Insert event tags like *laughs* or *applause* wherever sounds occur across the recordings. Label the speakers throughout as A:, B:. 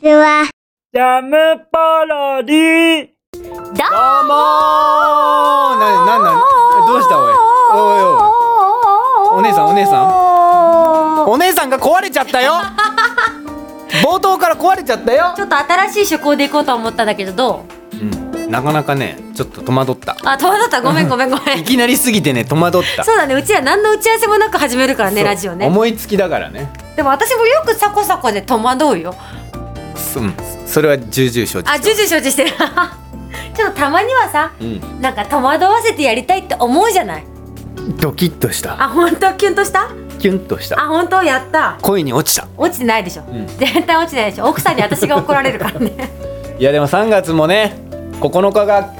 A: ちは。
B: ジャムパロディ
C: どう
D: どうもーな、なんなんどうしたおい。おいおい。お姉さんお姉さん。
C: ん
D: お姉さんが壊れちゃったよ冒頭から壊れちゃったよ
C: ちょっと新しい趣向でいこうと思ったんだけどどう
D: うん。なかなかね、ちょっと戸惑った。
C: あ戸惑ったごめんごめんごめ
D: *laughs* い
C: ん
D: きなりすぎてね、戸惑った。
C: そうだねうちら何の打ち合わせもなく始めるからね
D: そう
C: ラジオね
D: 思いつきだからね。
C: でも私もよくサコサコで戸惑うよ
D: そうん。それは重々承知。
C: あ重々承知してる *laughs* ちょっとたまにはさ
D: うん。
C: なんか戸惑わせてやりたいって思うじゃない
D: ドキッとした。
C: あ本当キュンとした
D: キュンとした。
C: あ本当やった
D: 恋に落ちた。
C: 落ちてないでしょ、
D: ん
C: 絶対落ちてないでしょ奥さんに私が怒られるからね
D: いやでも3月もね、9日が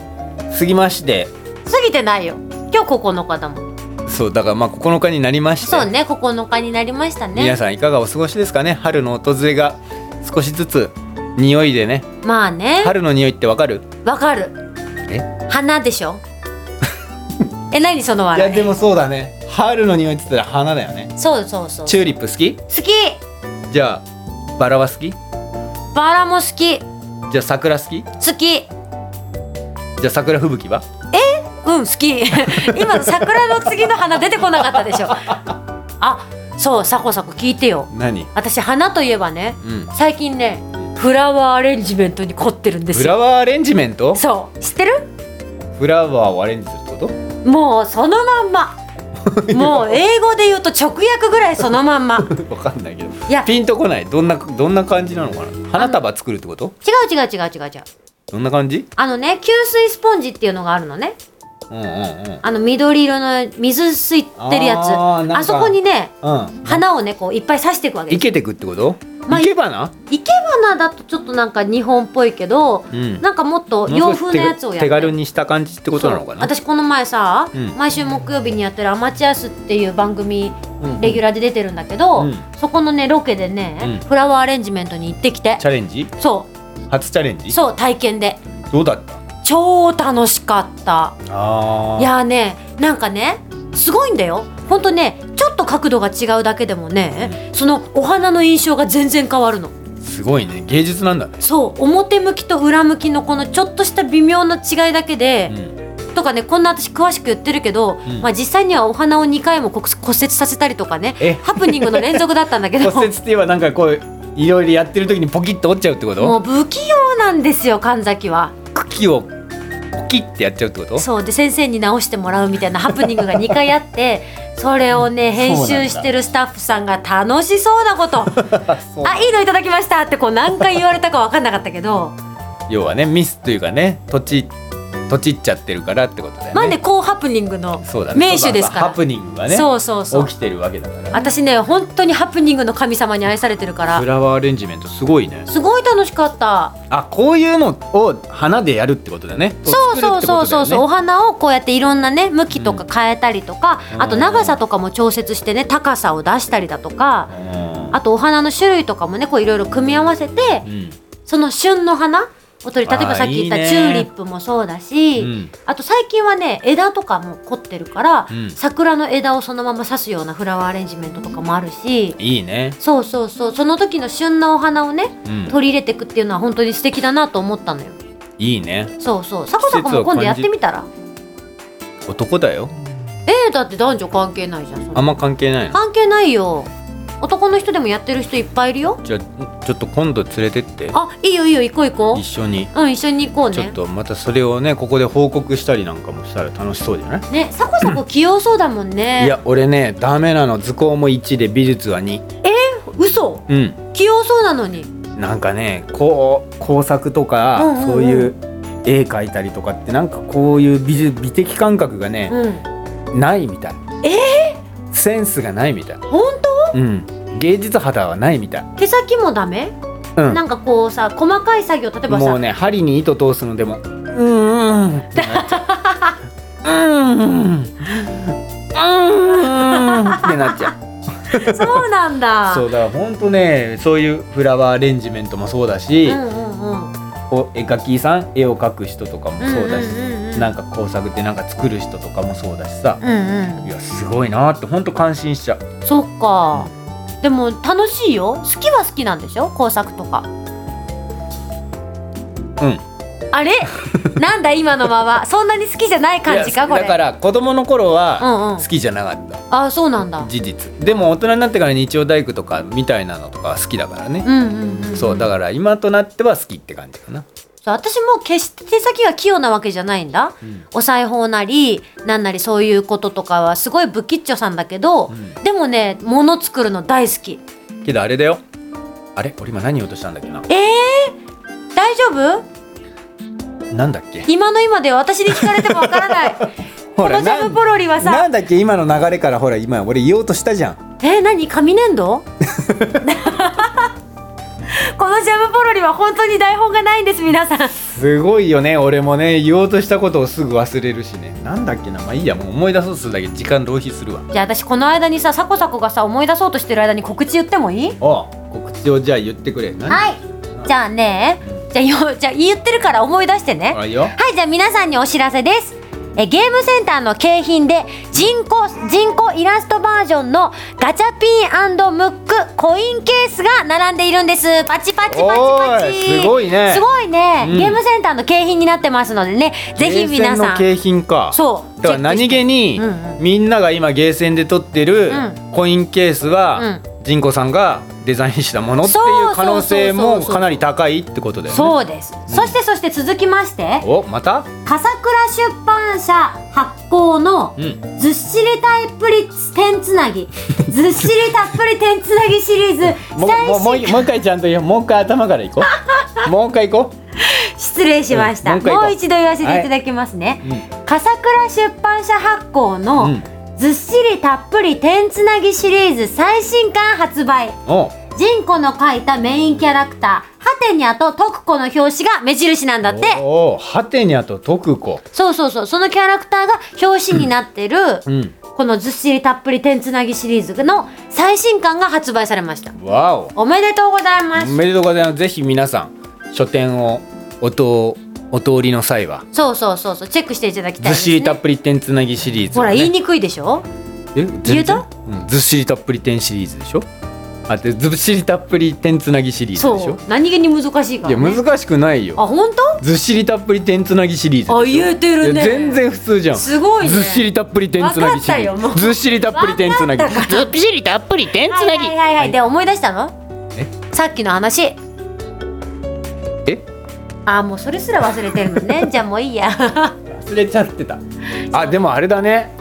D: 過ぎまして、
C: 過ぎてないよ今日9日だもん
D: そうだからまあ9日になりまして。
C: そうね9日になりましたね
D: 皆さんいかがお過ごしですかね春の訪れが少しずつ匂いでね
C: まあね
D: 春の匂いってわかる
C: わかる
D: え
C: 花でし
D: *laughs*
C: ょえ何その
D: いや
C: 笑
D: でもそうだね春の匂いって言ったら花だよね
C: いそうそうそう好
D: チューリップ好き
C: き
D: じゃあバラは好きじ
C: バラも好き
D: ゃあ桜好きじゃ
C: 好き
D: あ桜吹雪は
C: うん好き *laughs* 今の桜の次の花出てこなかったでしょあそうサコサコ聞いてよ
D: 何
C: 私花といえばね
D: うん
C: 最近ねフラワーアレンジメントに凝ってるんで
D: フ
C: すよ
D: ラワーアレンジメント
C: そう知ってる
D: フラワーをアレンジするってこと
C: もうそのまん
D: *laughs*
C: まもう英語で言うと直訳ぐらいそのまん
D: *laughs*
C: ま
D: わかんないけど
C: いや違
D: ピンとこないどんなどんな感じなのかな花束作るってこと
C: う違う違う違う違う
D: どんな感じ
C: あのね吸水スポンジっていうのがあるのね
D: うんうんうん
C: あの緑色の水吸ってるやつ
D: あーな
C: あ
D: んか
C: そこにね
D: うん
C: 花をねこういっぱい刺していくわけ
D: 生
C: です
D: けてくってこと
C: まあ
D: 生け花
C: 生け花だとちょっとなんか日本っぽいけど、
D: うん
C: なんかもっと
D: もう
C: 洋
D: 少し
C: 風なやつをやって
D: 手軽にした感じってことなのかな
C: そう私この前さ、
D: うん
C: 毎週木曜日にやってる「アマチュアス」っていう番組
D: うんうん
C: レギュラーで出てるんだけど、
D: うん
C: そこのねロケでね、
D: うん
C: フラワーアレンジメントに行ってきて
D: チャレンジ
C: そ
D: 初チャレン
C: う
D: ジ
C: そう体験で
D: どうだった
C: 超楽しかった
D: あー
C: いやーねなんかねすごいんだよほんとねちょっと角度が違うだけでもね、そのお花の印象が全然変わるの
D: すごいね芸術なんだね、
C: そう表向きと裏向きのこのちょっとした微妙な違いだけで、
D: ん、
C: とかねこんな私詳しく言ってるけど、
D: うん
C: まあ、実際にはお花を2回も骨骨折させたりとかね
D: え
C: ハプニングの連続だったんだけど
D: *laughs* 骨折って言えばなんかこういろいろやってる時にポキッと折っちゃうってこ
C: も
D: と
C: う不器用なんですよ神崎は。
D: 茎をポキッてやっちゃうって *laughs* こと
C: そうで先生に直してもらうみたいなハプニングが2回あって
D: *laughs*
C: それをね編集してるスタッフさんが楽しそうな
D: *laughs*
C: こと「あいいのいただきました」ってこう何回言われたか分かんなかったけど、
D: 要はねミスというかね土地土地っちゃってるからってことだよね
C: まあねこうハプニングの
D: そうだね
C: 名手ですか
D: そうだそうだハプニングが
C: ら
D: ね
C: そうそうそう
D: 起きてるわけだから
C: 私ね本当にハプニングの神様に愛されてるから
D: フラワーアレンジメントすごいね
C: すごい楽しかった
D: あこういうのを花でやるってことだよね
C: そうそうそうそうそう、お
D: う
C: 花をこうやっていろんなね向きとか変えたりとか、
D: うん
C: あと長さとかも調節してね高さを出したりだとかあとお花の種類とかもねこういろいろ組み合わせて
D: うん
C: その旬の花を取り例えばさっき言っ
D: あーい
C: た
D: いね
C: チューリップもそうだし、
D: うん
C: あと最近はね枝とかも凝ってるから、
D: うん
C: 桜の枝をそのまま刺すようなフラワーアレンジメントとかもあるし、
D: いいね、
C: そうそうそうその時の旬なお花をね
D: うん、
C: 取り入れていくっていうのは本当に素敵だなと思ったのよ
D: いいね
C: そうそうさこさこ
D: 季節
C: も
D: を
C: 今
D: 感
C: 度
D: じ
C: やってみたら
D: 男だよ
C: えー、だって男女関係ないじゃんそん
D: あ
C: なん
D: ま関係ないの
C: 関係ないよ男の人でもやってる人いっぱいいるよ
D: じゃあちょっと今度連れてって
C: あいいよいいよ行こう行こ
D: 一緒に
C: ううん一緒に行こう
D: ちょっ
C: ね
D: とまたそれをねここで報告したりなんかもしたら楽しそうじゃない
C: ねさこさこ器用そうだもんね
D: いや俺ねダメなの図工も1で美術は2
C: 嘘
D: うん
C: 器用そうなのに
D: なんかねこう工作とか、
C: うんうんうん
D: そういう絵描いたりとかってなんかこういう美術美的感覚がね、
C: うん
D: ないみたいえセンスがないみたい
C: 本当
D: うん芸術肌はないみたい
C: 手先もダメ、
D: うん
C: なんかこうさ細かい作業例えば
D: も
C: さ、
D: うね針に糸通すのでもうーんってなっちゃううーんうーんってなっちゃう
C: そうなんだ
D: そうだからほんとねそういうフラワーアレンジメントもそうだし、
C: うんうんうん
D: お絵描きさん絵を描く人とかもそうだし、
C: うんうんうんうん
D: なんか工作ってなんか作る人とかもそうだしさ、
C: うん
D: いやすごいなってほんと感心しちゃう
C: うんそっかでも楽しいよ好きは好きなんでしょ工作とか
D: うん
C: あ
D: *laughs*
C: れなんだ今のままそんなに好きじゃない感じ
D: いや
C: かこれ
D: だから子供の頃
C: うんう
D: は
C: ん
D: 好きじゃなかった、
C: あそうなんだ
D: 事実でも大人になってから日曜大工とかみたいなのとかは好きだからね
C: う、んうん、うん、
D: そうだから今となっては好きって感じかな
C: そう私も決して手先が器用なわけじゃないんだ、
D: ん
C: お裁縫なりなんなりそういうこととかはすごい不吉祥さんだけど、
D: ん
C: でもね物作るの大好き
D: けどあれだよあれ俺今何言おうとしたんだっけな
C: えー、大丈夫
D: なんだっけ
C: 今の今で私に聞かれてもわからないこのジャムポロリは
D: な
C: さ
D: んだっけ今の流れからほら今俺言おうとしたじゃん
C: えー、何紙粘土 *laughs* このジャムポロリは本当に台本がないんです皆さん
D: すごいよね俺もね言おうとしたことをすぐ忘れるしねなんだっけなまあいいやもう思い出そうとするだけ時間浪費するわ
C: じゃあ私この間にさサコサコがさ思い出そうとしてる間に告知言ってもいい
D: おう告知をじゃあ言ってくれ何
C: はいじゃあねじゃあよじゃあ言ってるから思い出してね
D: あいいよ
C: はいじゃあ皆さんにお知らせですえゲームセンターの景品で人工人工イラストバージョンのガチャピンムックコインケースが並んでいるんですパチパチパチパ
D: お
C: チ
D: いすごいね
C: すごいね、
D: うん
C: ゲームセンターの景品になってますのでねぜひ皆さ
D: ゲーセンの
C: ん
D: 景品か
C: そう
D: だから何気に、
C: チェックしてうんう
D: みんなが今ゲーセンで撮ってる
C: う
D: コインケースは、
C: う
D: ジンコさんがデザインしたものってい
C: そうそうそうそう
D: う可能性もかなり高いってことだよね
C: そうです、そしてそして続きまして
D: おまた
C: 笠倉出版社発行の
D: うん
C: ずっしりたっぷり点つな
D: *laughs*
C: ぎずっしりたっぷり点つなぎシリーズ
D: もうもうもう
C: 最新
D: 一もう一回ちゃんと言おうもう一回頭からいこ
C: *laughs*
D: うもう一回いこ
C: 失礼しました、
D: うんもう一回行
C: も
D: こう
C: う一度言わせていただきますね、
D: う、うん
C: 笠倉出版社発行
D: う
C: の
D: ん
C: ずっしりたっぷり点つなぎシリーズ最新刊発売
D: お
C: ジンコの描いたメインキャラクターハテニャとトクコの表紙が目印なんだって
D: おおハテニャとトクコ
C: そうそうそうそのキャラクターが表紙になってる、
D: うん
C: このずっしりたっぷり点つなぎシリーズの最新刊が発売されました
D: わお
C: おめでとうございま
D: お
C: す
D: めでとうございますぜひ皆さん書店をおとお通りの際は
C: そうそうそうそうチェックしていただきたいで
D: ずっ
C: す、ね、
D: しりたっぷり点つなぎシリーズ
C: ほ
D: をね、
C: ら言いにくいでしょ
D: え
C: 言えた
D: うんずっしりたっぷり点シリーズでしょあでずっしりたっぷり点つなぎシリーズでし
C: そ
D: ょ
C: う何気に難しいか
D: いや
C: ら、ね、
D: 難しくないよ
C: あ本
D: ずっしりたっぷり点つなぎシリーズ
C: 当あ言えてる
D: い
C: ね
D: や全然普通じゃん
C: すごいね
D: ずっしりたっぷり点つなぎシリ
C: わかったよも
D: ー
C: う
D: ズずっしりたっぷり点つなぎ
C: わか
A: ずっしりたっぷり点つ
C: はい
A: な
C: は
A: ぎ
C: いはいはいで思い出したの
D: え
C: さっきの話
D: え
C: あもうそれすら忘れてるのねじゃあもういいやん
D: 忘れちゃってたあでもあれだね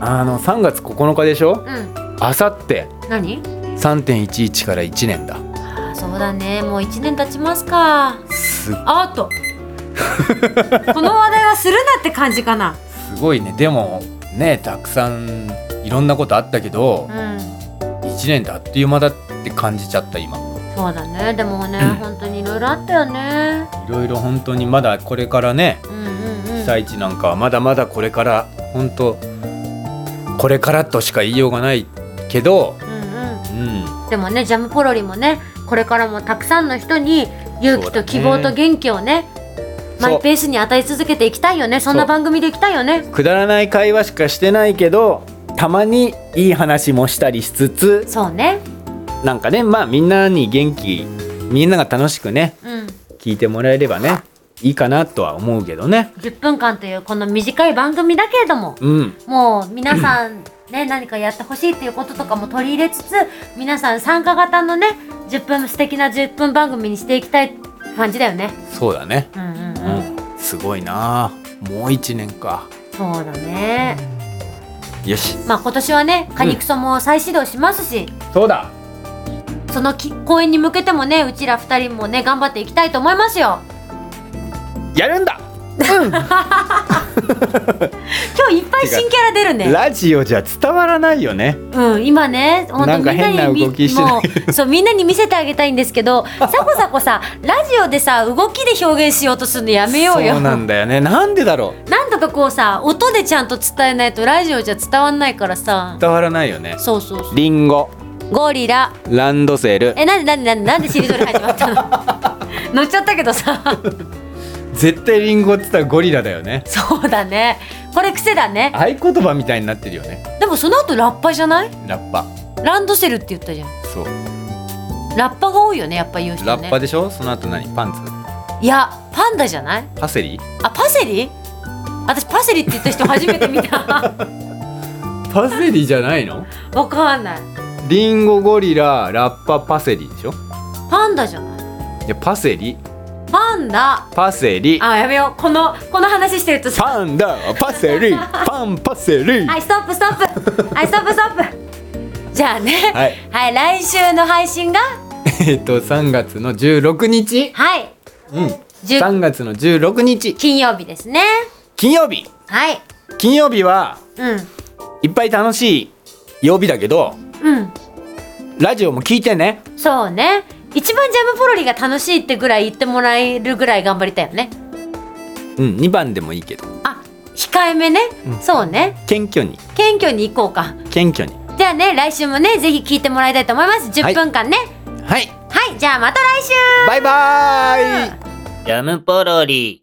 D: あの3月9日でしょ
C: うん
D: あさって
C: 何
D: 3.11から1年だ
C: あそうだねもう1年経ちますか
D: す
C: あっとこの話題はするなって感じかな
D: すごいねでもねたくさんいろんなことあったけど
C: うん
D: 1年ってあっという間だって感じちゃった今
C: そうだねでもね、
D: うん
C: 本当にいろいろあったよね
D: いろいろ本当にまだこれからね
C: うんうんう
D: 被
C: ん
D: 災地なんかはまだまだこれから本当これからとしか言いようがないけど、
C: うんう
D: うん、
C: んでもねジャムポロリもねこれからもたくさんの人に勇気
D: そうだ
C: と
D: ね
C: 希望と元気をねマイペースに与え続けていきたいよねそんな
D: そう
C: 番組でいきたいよね
D: くだらない会話しかしてないけどたまにいい話もしたりしつつ
C: そうね
D: なんかねまあみんなに元気みんなが楽しくね
C: うん
D: 聞いてもらえればねいいかなとは思うけどね。
C: 10分間というこの短い番組だけれども
D: うん、
C: もう皆さん
D: *clears throat*
C: ね何かやってほしいっていうこととかも取り入れつつ皆さん参加型のね10分素敵な10分番組にしていきたい感じだよね
D: そうだね、
C: うんうん
D: う
C: うん
D: ん、すごいなもう一年か
C: そうだね
D: よし
C: まあ今年はねカニクソも再始動しますし、
D: そうだ
C: そのき公演に向けてもねうちら二人もね頑張っていきたいと思いますよ
D: やるんだ
C: 今日いっぱい新キャラ出るね
D: *laughs* ラジオじゃ伝わらないよね
C: うん今ね本当み
D: なん
C: ん
D: か
C: なに
D: 変な動きしてない
C: みもうそうみんなに見せてあげたいんですけ
D: *laughs*
C: どサコサコさラジオでさ動きで表現しようとするのやめようよ
D: そうなんだよねなんでだろう
C: なんとかこうさ音でちゃんと伝えないとラジオじゃ伝わんないからさ
D: 伝わらないよね
C: そうそうそう
D: リンゴ
C: ゴリラ
D: ランドセル
C: えなんでなんでなんでなんでしりとり始まった
D: *laughs*
C: の乗っちゃったけどさ
D: 絶対リンゴって言ったらゴリラだよね
C: そうだねこれ癖だね
D: 合言葉みたいになってるよね
C: でもその後ラッパじゃない
D: ラッパ
C: ランドセルって言ったじゃん
D: そう
C: ラッパが多いよねやっぱ言う人ね
D: ラッパでしょその後何パンツ
C: いやパンダじゃない
D: パセリ
C: あパセリ私パセリって言った人初めて見
D: *laughs*
C: た
D: パセリじゃないの
C: わかんない
D: リンゴゴリララッパパセリでしょ
C: パンダじゃない
D: いやパセリ
C: パンダ
D: パセリ
C: あやめようこのこの話してるとさ
D: パンダパセリパンパセリ
C: はいストップストップはいストップストップじゃあね
D: はい、
C: はい、来週の配信が
D: えっと3月の16日
C: はい
D: うん
C: 10
D: 3月の16日
C: 金曜日ですね
D: 金曜日
C: はい
D: 金曜日は
C: うん
D: いっぱい楽しい曜日だけど
C: うん
D: ラジオも聞いてね
C: そうね一番ジャムポロリが楽しいってぐらい言ってもらえるぐらい頑張りたいよね
D: うん2番でもいいけど
C: あ控えめね、そうね
D: 謙虚に
C: 謙虚に行こうか
D: 謙虚に
C: じゃあね来週もねぜひ聞いてもらいたいと思います10分間ね
D: はい
C: はい、じゃあまた来週
D: バイバーイ
B: ジャムポロリ。